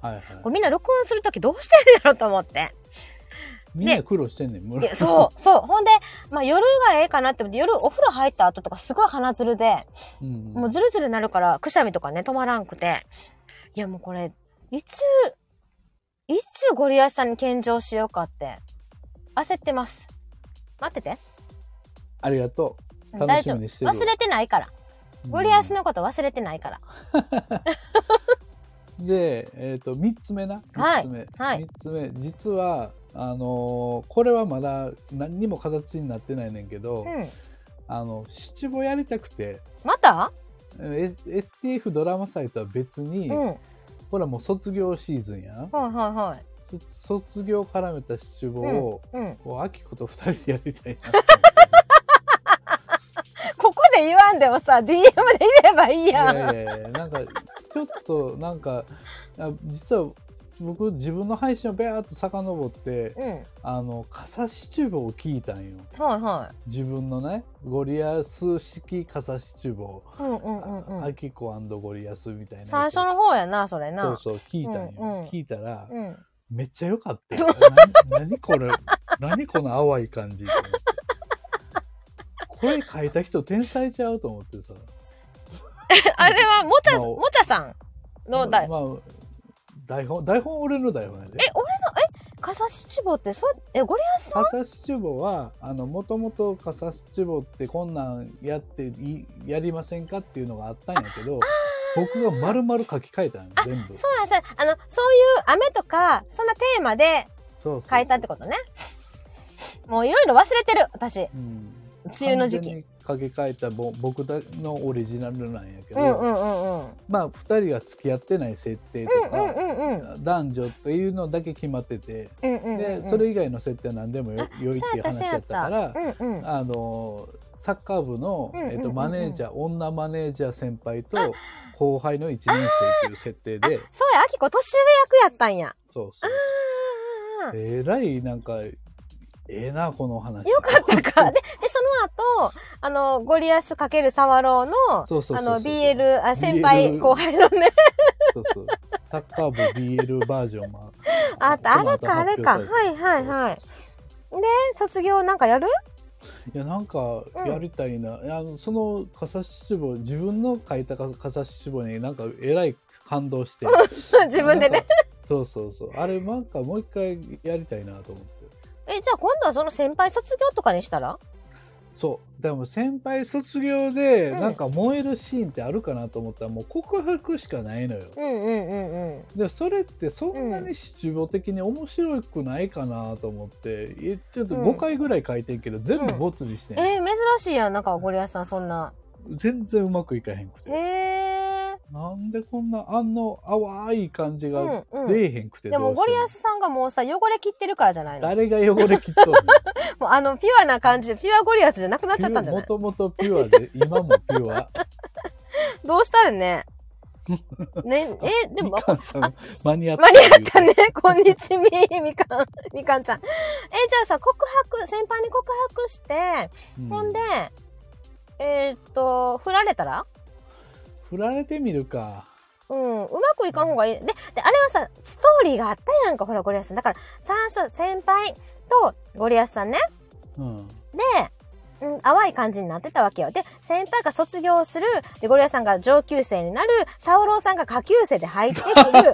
はいはいこうみんな録音するときどうしてんやろと思って。 みんな苦労してんねん村で、そう、そう。ほんで、まあ夜がええかなって思って、夜お風呂入った後とかすごい鼻つるで、う、ん、もうズルズルなるから、くしゃみとかね、止まらんくて。いやもうこれ、いつ、いつゴリアスさんに献上しようかって、焦ってます。待ってて。ありがとうん楽しみにしてる大丈夫忘れてないから。うゴリアスのこと忘れてないから。で、えー、と3つ目なは3いつ目、はい三つ目実はあのーこれはまだ何にも形になってないねんけど、うん。あの七五やりたくてまたえ STF ドラマ祭とは別に、うん。はいほらもう卒業シーズンやんはいはい。そ卒業絡めた七五を、うん。こうアキコと二人でやりたい なここで言わんでもさ、DM で言えばいいやん。いやいやいやなんかちょっとなんかあ実は僕自分の配信をベーっと遡ってうん。あの傘七五を聞いたんよはいは自分のねゴリアス式傘七五い。うんうんうんうアん。キコゴリアスみたいな最初の方やな、それそうな。そう聞いたんよ、うんうん聞いたら、うん。めっちゃ良かっ たよ。な何これ何この淡い感じと思ってこれ書いた人天才ちゃうと思ってさ。あれは、もちゃ、まあもちゃさんのだ、まあ台本、台本俺の台本やでえ。、俺の、え、笠七坊って、そ、え、ゴリアスさんカサシチュボは、あの、もともとカサシチュボってこんなんやってい、やりませんかっていうのがあったんやけど、僕が丸々書き換えたんよ、全部。そうやさ、あの、そういう雨とか、そんなテーマでそうそう変えたってことね。もういろいろ忘れてる、私。うん。梅雨の時期。完全に書き換えたぼ僕だのオリジナルなんやけうど、んうんうんうん。まあ2人が付き合ってない設う定んとうんか、うんうん。男女というのだけ決まってて、うんうんうんうん。でそれ以外の設定は何でもよ良いっそうていやったう話そうやだっったかた。ら、うんうん。あのサッカー部の、うんうんうんうんえっとマネージャー女マネージャー先輩と後輩の1年生という設定でそうや、あきこ年上役やったんや。そうそうえらいなんかええなこの話よかったか。で、で、その後、あの、ゴリアスかけるサワローの、そうそうそうそうあの、BL、あ、先輩 BL 後輩のね、そうそうサッカー部 BL バージョンもあった、あこれの後か、あれか。発表さはいはいはい。で、卒業なんかやるいやなんかやりたいな、あのその笠七望自分の書いた笠七望になんかえらい感動して 自分でなんね。かそうそうそうあれなんかもう一回やりたいなと思ってえ、じゃあ今度はその先輩卒業とかにしたらそうでも先輩卒業でうんなんか燃えるシーンってあるかなと思ったらもう告白しかないのようんうんうんうん。でもそれってそんなに七望的に面白くないかなと思って、えちょっとうん5回ぐらい書いてんけど全部没にしてん、えー、珍しいやん、なんかゴリアスさんそんな。全然うまくいかへんくて、えー。なんでこんなあの淡い感じがうんうん。出えへんくてでもどゴうしてリアスさんがもうさ、汚れ切ってるからじゃないの誰が汚れきっとるもうあの、ピュアな感じ、ピュアゴリアスじゃなくなっちゃったんじのゃなもいともとピュアで今もピュアどうしたら ね。ね、 え、でもみ、かんさん間に合った 間に合ったね。こんにちみ、みかん、みかんちゃん。え、じゃあさ、告白、先輩に告白して、うんほんで、えーっと、振られたら振られてみるかうん、うまくいかん方がいい。で、で、あれはさ、ストーリーがあったやんか、ほら、ゴリアスさん。だから、最初、先輩とゴリアスさんね。うんで、うん、淡い感じになってたわけよ。で、先輩が卒業する、で、ゴリラさんが上級生になる、サオローさんが下級生で入ってくる。ほんで、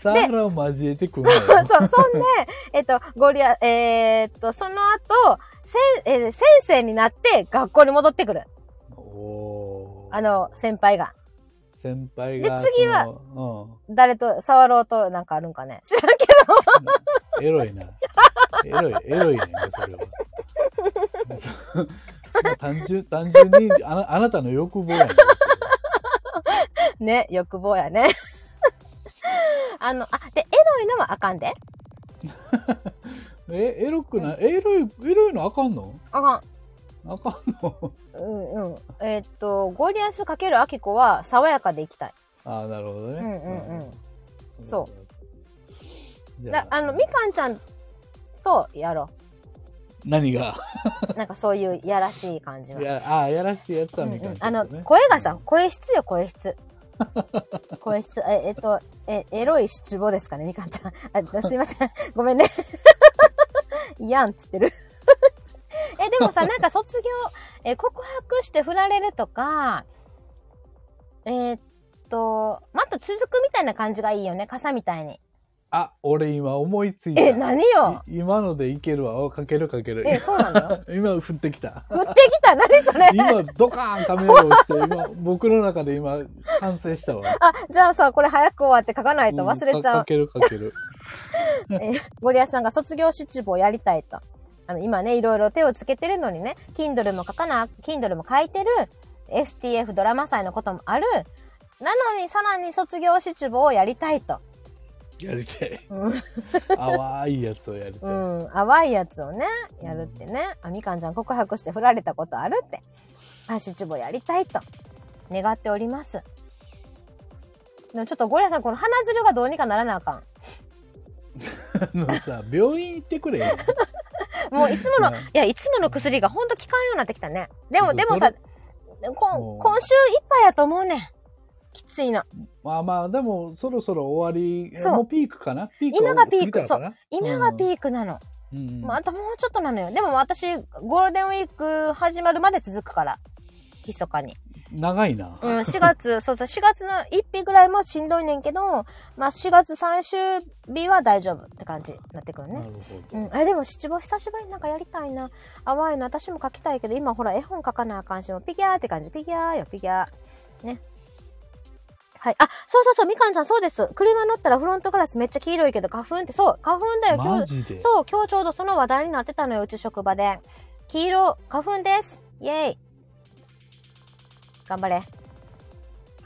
サーラを交えてくんのよそう、そんで、えっと、ゴリラ、えーっと、その後、せん、えー先生になって学校に戻ってくる。おーあの、先輩が。先輩がで次はその誰と、触ろうとなんかあるんかね。知らんけうん、エロ いなエロいエロいねんかそれは 単純単純にあなあなたの欲望やねんど。ね、欲望やね。 あの、あ、で、エロいのはあかんで。えエロくないエロいエロいのあかんのあかん。あかんのうんうん。えーっと、ゴリアスかけるアキコは爽やかでいきたい。ああなるほどねうんうんうん。んそうじゃだあの、みかんちゃんとやろ何が う。なんかそういうやらしい感じのい。やああやらしいやつうはんうみかんんちゃあんだのね、声がさ、声質よ、声 質。声質。え、えっと、え、エロい七五ですかね、みかんちゃ ん。あすいません。ごめんね。 いやんっつってる。 え、でもさ、なんか卒業、え、告白して振られるとか、えーっと、また続くみたいな感じがいいよね、傘みたいに。あ俺今思いついたえ、何よい今のでいけるわおかけるかけるえ、そうなの今降ってきた振ってきた何それ今ドカーンカメラをして今僕の中で今完成したわ あ、じゃあさ、これ早く終わって書かないと忘うれんちゃうか。けるかけるゴリアスさんが卒業七部をやりたいと。あの、今ね、いろいろ手をつけてるのにね、Kindle も書かな、Kindle も書いてる、STF ドラマ祭のこともある。なのに、さらに卒業七部をやりたいと。やりたいうん、淡いやつをやり たい、うん、淡いやつをね、やるってね。あ、みかんちゃん告白して振られたことあるって。あ、七部をやりたいと。願っております。でもちょっとゴリアスさん、この鼻づるがどうにかならなあかん。あのさ病院行ってくれよもういつもの、うんいや、いつもの薬がほんと効かんようになってきたね。でも、そうでもさ、もこうん今週いっぱいやと思うねん。きついの。まあまあでもそろそろ終わりえそうもうピークかなピーク今がピーク過ぎたのかな今がピークなの。うんうんもうあともうちょっとなのよ。でも私、ゴールデンウィーク始まるまで続くから。密かに。長いな うん、4月、そうそう、4月の1日ぐらいもしんどいねんけど、まあ4月最終日は大丈夫って感じになってくるなねる。ほうど、ん、えでも七五久しぶりになんかやりたいな淡いの私も書きたいけど今ほら絵本書かなあかんしもうピギャーって感じピギャーよピギャーねはいあそうそうそうみかんちゃんそうです車乗ったらフロントガラスめっちゃ黄色いけど花粉ってそう花粉だよ今マ日ジでそう今日ちょうどその話題になってたのようち職場で黄色花粉ですイエーイ頑張れ終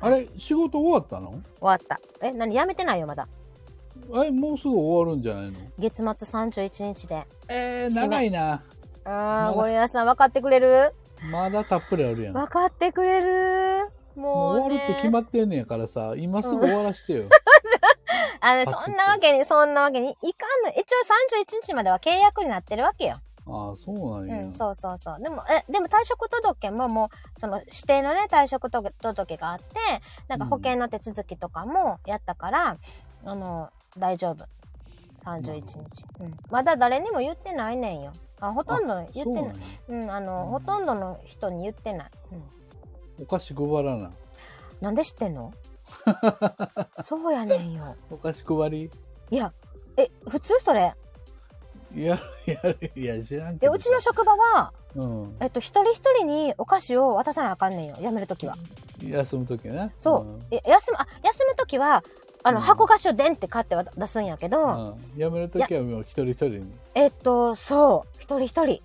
あれ仕事終わったのわったえ何やめてないよまだあれもうすぐ終わるんじゃないの月末31日でえー、締め長いなあまだあゴリラさん分かってくれるまだたっぷりあるやん分かってくれるももうう終わるって決まっってんねやからさ今すぐ終わ らしてよ、あのねパチッとそんなわけにそんなわけにいかんの一応31日までは契約になってるわけよ、ああそううなんや、ん、そうそうそうでもえでも退職届ももうその指定のね退職届があってなんか保険の手続きとかもやったから、あの大丈夫31日、うん、まだ誰にも言ってないねんよあほとんど言っそうてななんいやうんあのほとんどの人に言ってない、うん、お菓子配らななんで知ってん のそうやねんよお菓子配りいや、え、普通それ。いやいやいや知らんけで、どうちの職場は、うんえっと、一人一人にお菓子を渡さなあかんねんよ。辞めるときは。休む時ねそう。え休む、あ、休むときは、あの、うん箱菓子をでんって買って渡出すんやけうど、ん、うん、やめる時はもう一人一人にえっと、そう、一人一人。で、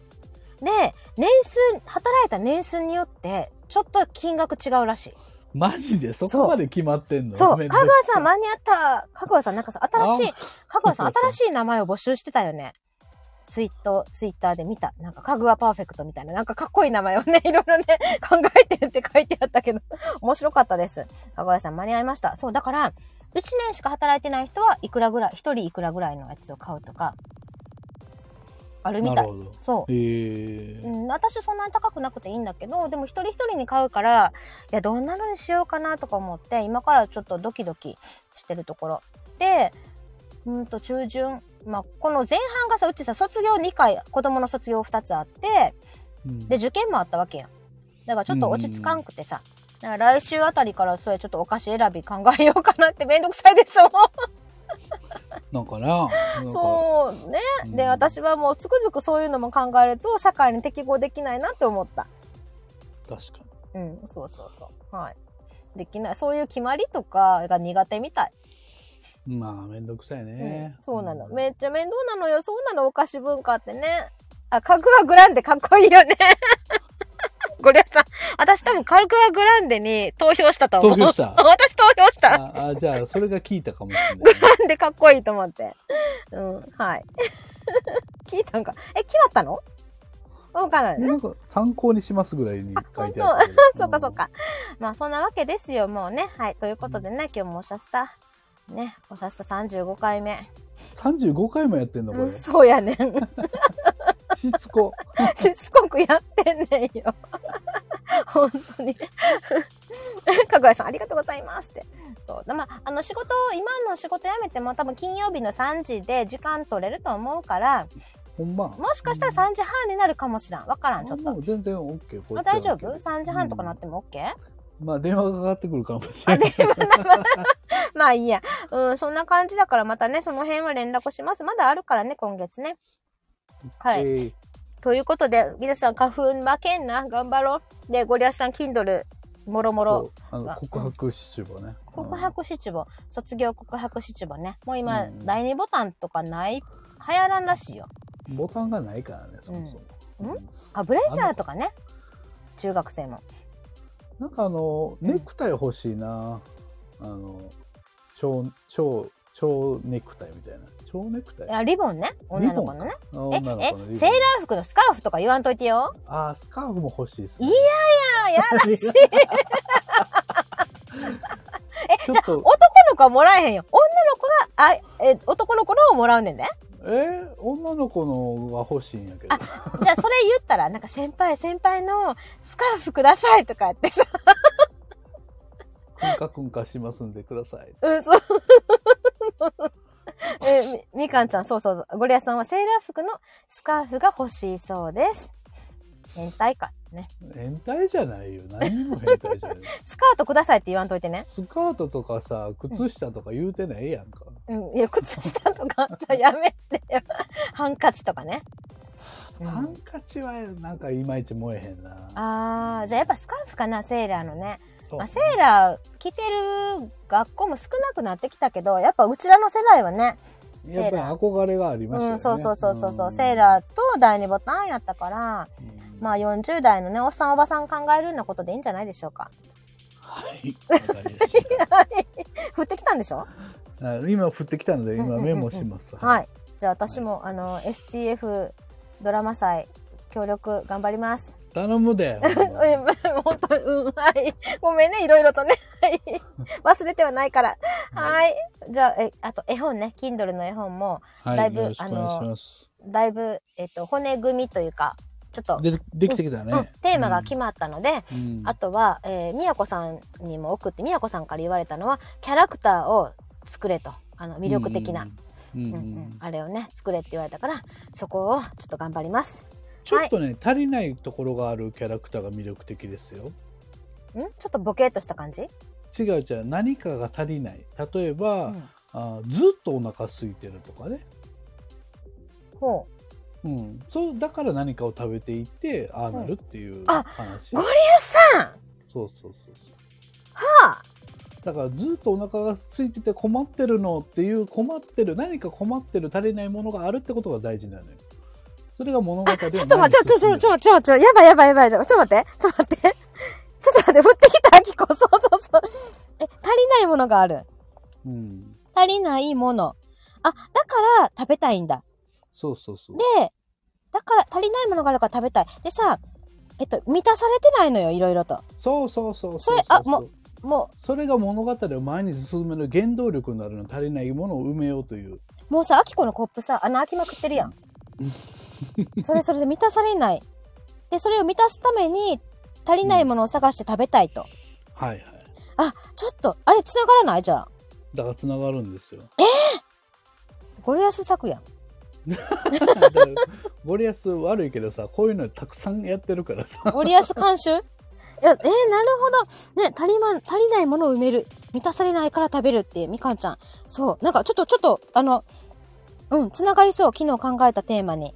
年数、働いた年数によって、ちょっと金額違うらしい。マジでそこまで決まってんのそう、め香んどく川さん間に合った、香川さんなんかさ、新しい、香川さんそうそう新しい名前を募集してたよね。ツイート、ツイッターで見た。なんか、かぐわパーフェクトみたいな。なんかかっこいい名前をね、い ろいろね、考えてるって書いてあったけど、面白かったです。かぐわさん間に合いました。そう、だから、1年しか働いてない人はいくらぐらい、1人いくらぐらいのやつを買うとか、あるみなたるい。ほどそう。へえうん、私そんなに高くなくていいんだけどでも一人一人に買うからいやどんなのにしようかなとか思って今からちょっとドキドキしてるところでうんと中旬、まあ、この前半がさうちさ卒業2回子供の卒業2つあってうんで受験もあったわけやんだからちょっと落ち着かんくてさ、だから来週あたりからそうやちょっとお菓子選び考えようかなってめんどくさいでしょなんかななんかそうねうんで私はもうつくづくそういうのも考えると社会に適合できないなって思った確かうん、そうそうそう。はい。できない。そういう決まりとかが苦手みたい。まあ、めんどくさいねう。ん、そうなの。んめっちゃ面倒なのよ。そうなの、お菓子文化ってね。あ、カグアグランデかっこいいよね。 ごめんなさい。私多分カグアグランデに投票したと思う。投票した 私投票した。ああ、じゃあ、それが効いたかもしれないね。なんでかっこいいと思って。うん、はい。 聞いたんか。え、決まったのわからない。なんか参考にしますぐらいに書いてある。あ そうかそうか。まあそんなわけですよ、もうね。はい。ということでね、今日もおしゃスタ、ね、おしゃスタ35回目。うん。35回もやってんのこうれん、。そうやねん。 しつこ。しつこくやってんねんよ。 本当に。 かぐやさん、ありがとうございますって。そう。でまあ、あの仕事、今の仕事辞めても多分金曜日の3時で時間取れると思うから、ほんま。もしかしたら3時半になるかもしらん。わからん、ちょっあと。もう全然 OK。こあっちは大丈 OK 夫 ?3 時半とかなっても OK? まあ電話がかかってくるかもしれない。 まあいいや。うん、そんな感じだからまたね、その辺は連絡します。まだあるからね、今月ね。はい。えーということで、皆さん花粉負けんな。頑張ろう。で、ゴリアスさん、Kindle、もろもろそ。うあのあ告白七五ね。告白七五、卒業告白七五ね。もう今、うん第二ボタンとかない、流行らんらしいよ。うんボタンがないからね、そもそも。うんあ、ブレザーとかね。中学生も。なんかあの、ネクタイ欲しいな。あの、超、超、超ネクタイみたいな。超ネクタイいや、リボンね。女の子のね。あえ、え、セ女の子のリボンーラー服のスカーフとか言わんといて よ。あー、スカーフも欲しいです、いあーやだ。 らしい。ちょっと男の子はもらえへんよ。女の子が、あ、え、男の子のをもらうねんで。えー女の子のが欲しいんやけどあじゃあそれ言ったら、なんか先輩、先輩のスカーフくださいとかってさ、 くんかくんかしますんでくださいうん、そう。えみ、みかんちゃん、そうそうそう。ゴリアスさんはセーラー服のスカーフが欲しいそうです。変態か。ね。変態じゃないよ何にも変 態じゃないスカートくださいって言わんといてね。スカートとかさ靴下とか言うてないやんか、うん。いや、靴下とかさ、やめてよ。 ハンカチとかね。うんハンカチはなんかいまいち燃えへんなあー、じゃあやっぱスカーフかな、セーラーのね。そうまあ、セーラー着てる学校も少なくなってきたけど、やっぱうちらの世代はね、ーラーやっぱり憧れがありましたよね、うん、そうそうそうそうそう、セーラーと第二ボタンやったから、ー、うんまあ40代のね、おっさんおばさん考えるようなことでいいんじゃないでしょうか。 はいわかりまし降ってきたんでしょたあ今降ってきたのでうんうんう今んうんメモします、はいい。じゃあ私も、あの、STF ドラマ祭、協力頑張ります。頼む でえ、本当、うん、はい。ごめんね、いろいろとね。はい。忘れてはないから。はい。じゃあ、え、あと絵本ね、Kindle の絵本も、はいだいぶよろしくお願いしますだいぶ、えっと、骨組みというか、ちょっと、でできてきたね、うん、テーマが決まったので、うんあとは、えー、みやこさんにも送って、みやこさんから言われたのは、キャラクターを作れと。あの、魅力的な、うんううんんうん、うんうんうんあれをね、作れって言われたから、そこをちょっと頑張ります。ちょっとね、足りないところがあるキャラクターが魅力的ですよんちょっとボケっとした感じ、違う違う何かが足りない例えば、うんあーずっとお腹空いてるとかね、ほう。うん、そうだから何かを食べていってああなるっていうあ話、ゴリアスさんそうそうそうそうはあだからずっとお腹が空いてて困ってるのっていう困ってる何か困ってる足りないものがあるってことが大事なのよそれが物語をちょっと待って、ちょ、ちょ、ちょ、ちょ、ちょ、やばいやばいやばい。ちょっと待って、ちょっと待って。 ちょっと待って、降ってきた、あきこ。 そうそうそう。え、足りないものがある。うん、足りないもの。あ、だから食べたいんだ。そうそうそうで、だから足りないものがあるから食べたい。でさ、えっと、満たされてないのよ、いろいろと。そうそうそうそれあもうもそれが物語を前に進める原動力になるの足りないものを埋めようというう、もうさ、あきこのコップさ、穴開きまくってるやん。それそれで満たされない。で、それを満たすために、足りないものを探して食べたいと。はいはいあ、ちょっと、あれ繋がらないじゃん。だからつながる んですよゴリアス作やん。だからゴリアス悪いけどさこういうのたくさんやってるからさゴリアス監修いや、えーなるほど。ね、足りま、足りないものを埋める。満たされないから食べるっていう、みかんちゃん。そう。なんか、ちょっと、ちょっと、あの、うん、つながりそう。昨日考えたテーマに。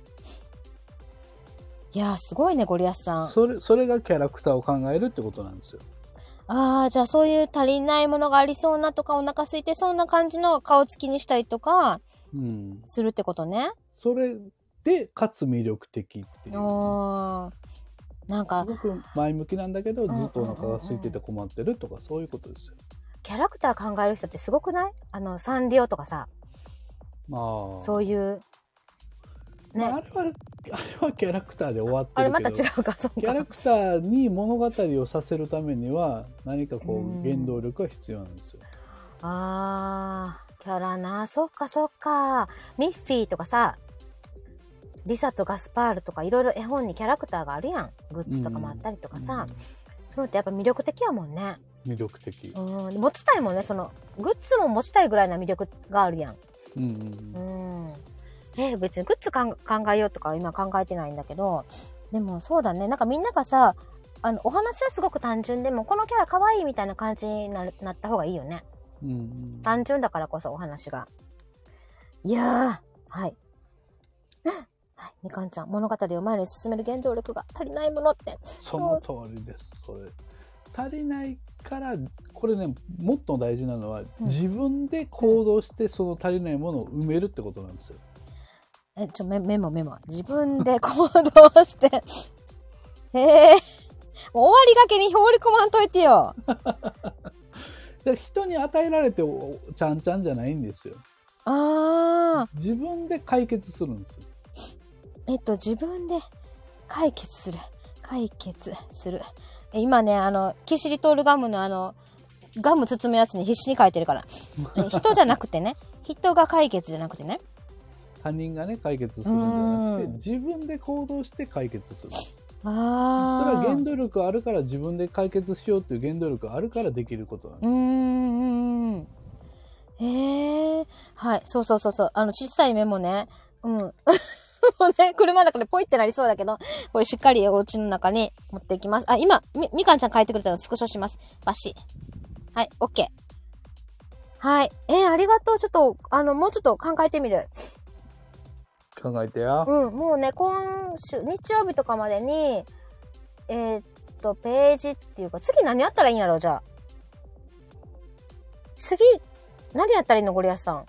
いやーすごいねゴリアスさんそれそれがキャラクターを考えるってことなんですよああじゃあそういう足りないものがありそうなとかお腹空いてそうな感じの顔つきにしたりとかうんするってことねそれでかつ魅力的っていうすおーなんかごく前向きなんだけどんずうんっとお腹が空いてて困ってるとかそういうことですよキャラクター考える人ってすごくないあのサンリオとかさまあそういうね、まああれはあれはキャラクターで終わってあれるまけたど違うかそうキャかラクターに物語をさせるためには何かこうんう原動力が必要なんですよ。あーキャラなそっかそっかミッフィーとかさリサとガスパールとかいろいろ絵本にキャラクターがあるやんグッズとかもあったりとかさ、そういうのってやっぱ魅力的やもんねうん魅力的う。ん持ちたいもんねそのグッズも持ちたいぐらいな魅力があるやんうんうんううんんえ別にグッズかん考えようとかは今考えてないんだけどでもそうだねなんかみんながさあのお話はすごく単純でもこのキャラ可愛いみたいな感じになるなった方がいいよねうんうん単純だからこそお話がいやーはいはいみかんちゃん物語を前に進める原動力が足りないものってその通りです。それ足りないからこれねもっと大事なのは、うん自分で行動してその足りないものを埋めるってことなんですよ。えちょメメモメモ自分で行動して ええもう終わりがけに放り込まんといてよだから人に与えられておちゃんちゃんじゃないんですよ。ああ自分で解決するんですよ。えっと自分で解決する解決するえ今ねあのキシリトールガムのあのガム包むやつに必死に書いてるからえ人じゃなくてね人が解決じゃなくてね他人がね解決するんじゃなくうんて自分で行動して解決する。それはあ原あ動力あるから自分で解決しようっていう原動力があるからできることなんうーん。ええはい。そうそうそうそう。あの、小さい目もね。うん。 もうね、車の中でポイってなりそうだけど、これしっかりお家の中に持っていきます。あ、今、み、みかんちゃん書いてくれたのスクショします。バシッ。はい、オッケー。はい。えー、ありがとう。ちょっと、あの、もうちょっと考えてみる。考えてや、うん、もうね、今週、日曜日とかまでに、えーっと、ページっていうか、次何やったらいいんやろ、じゃあ。次、何やったらいいの、ゴリアスさ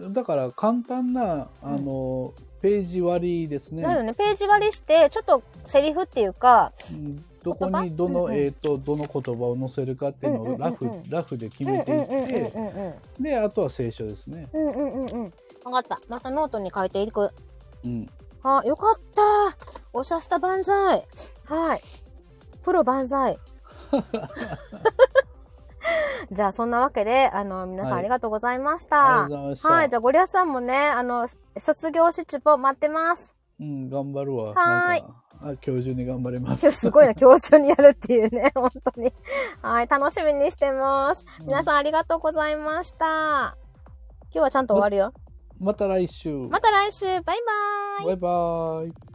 ん。だから簡単なあの、ページ割りですねな、のでね、ページ割りして、ちょっとセリフっていうか、うんどこにどうんの、うんえー、とどの言葉を載せるかっていうのうんうんうをんラフ,、ラフで決うんうんめていって、うんうんうんであとは聖書ですね、うん。うんうんうんうん。わかった。またノートに書いていく。うん、あ、よかった。おしゃスタ万歳。はい。プロ万 歳。じゃあ、そんなわけで、あの、皆さんはいありがとうございましたあり。がとうございました、はい、じゃあゴリアスさんもね、あの、卒業しちぽ待ってます。うん、頑張るわはーいなんかあ今日中に頑張ります今日すごいな、今日中にやるっていうね、本当に。はい、楽しみにしてます。皆さんありがとうございました。今日はちゃんと終わるよ。また来週、また来週バイバーイバイバイ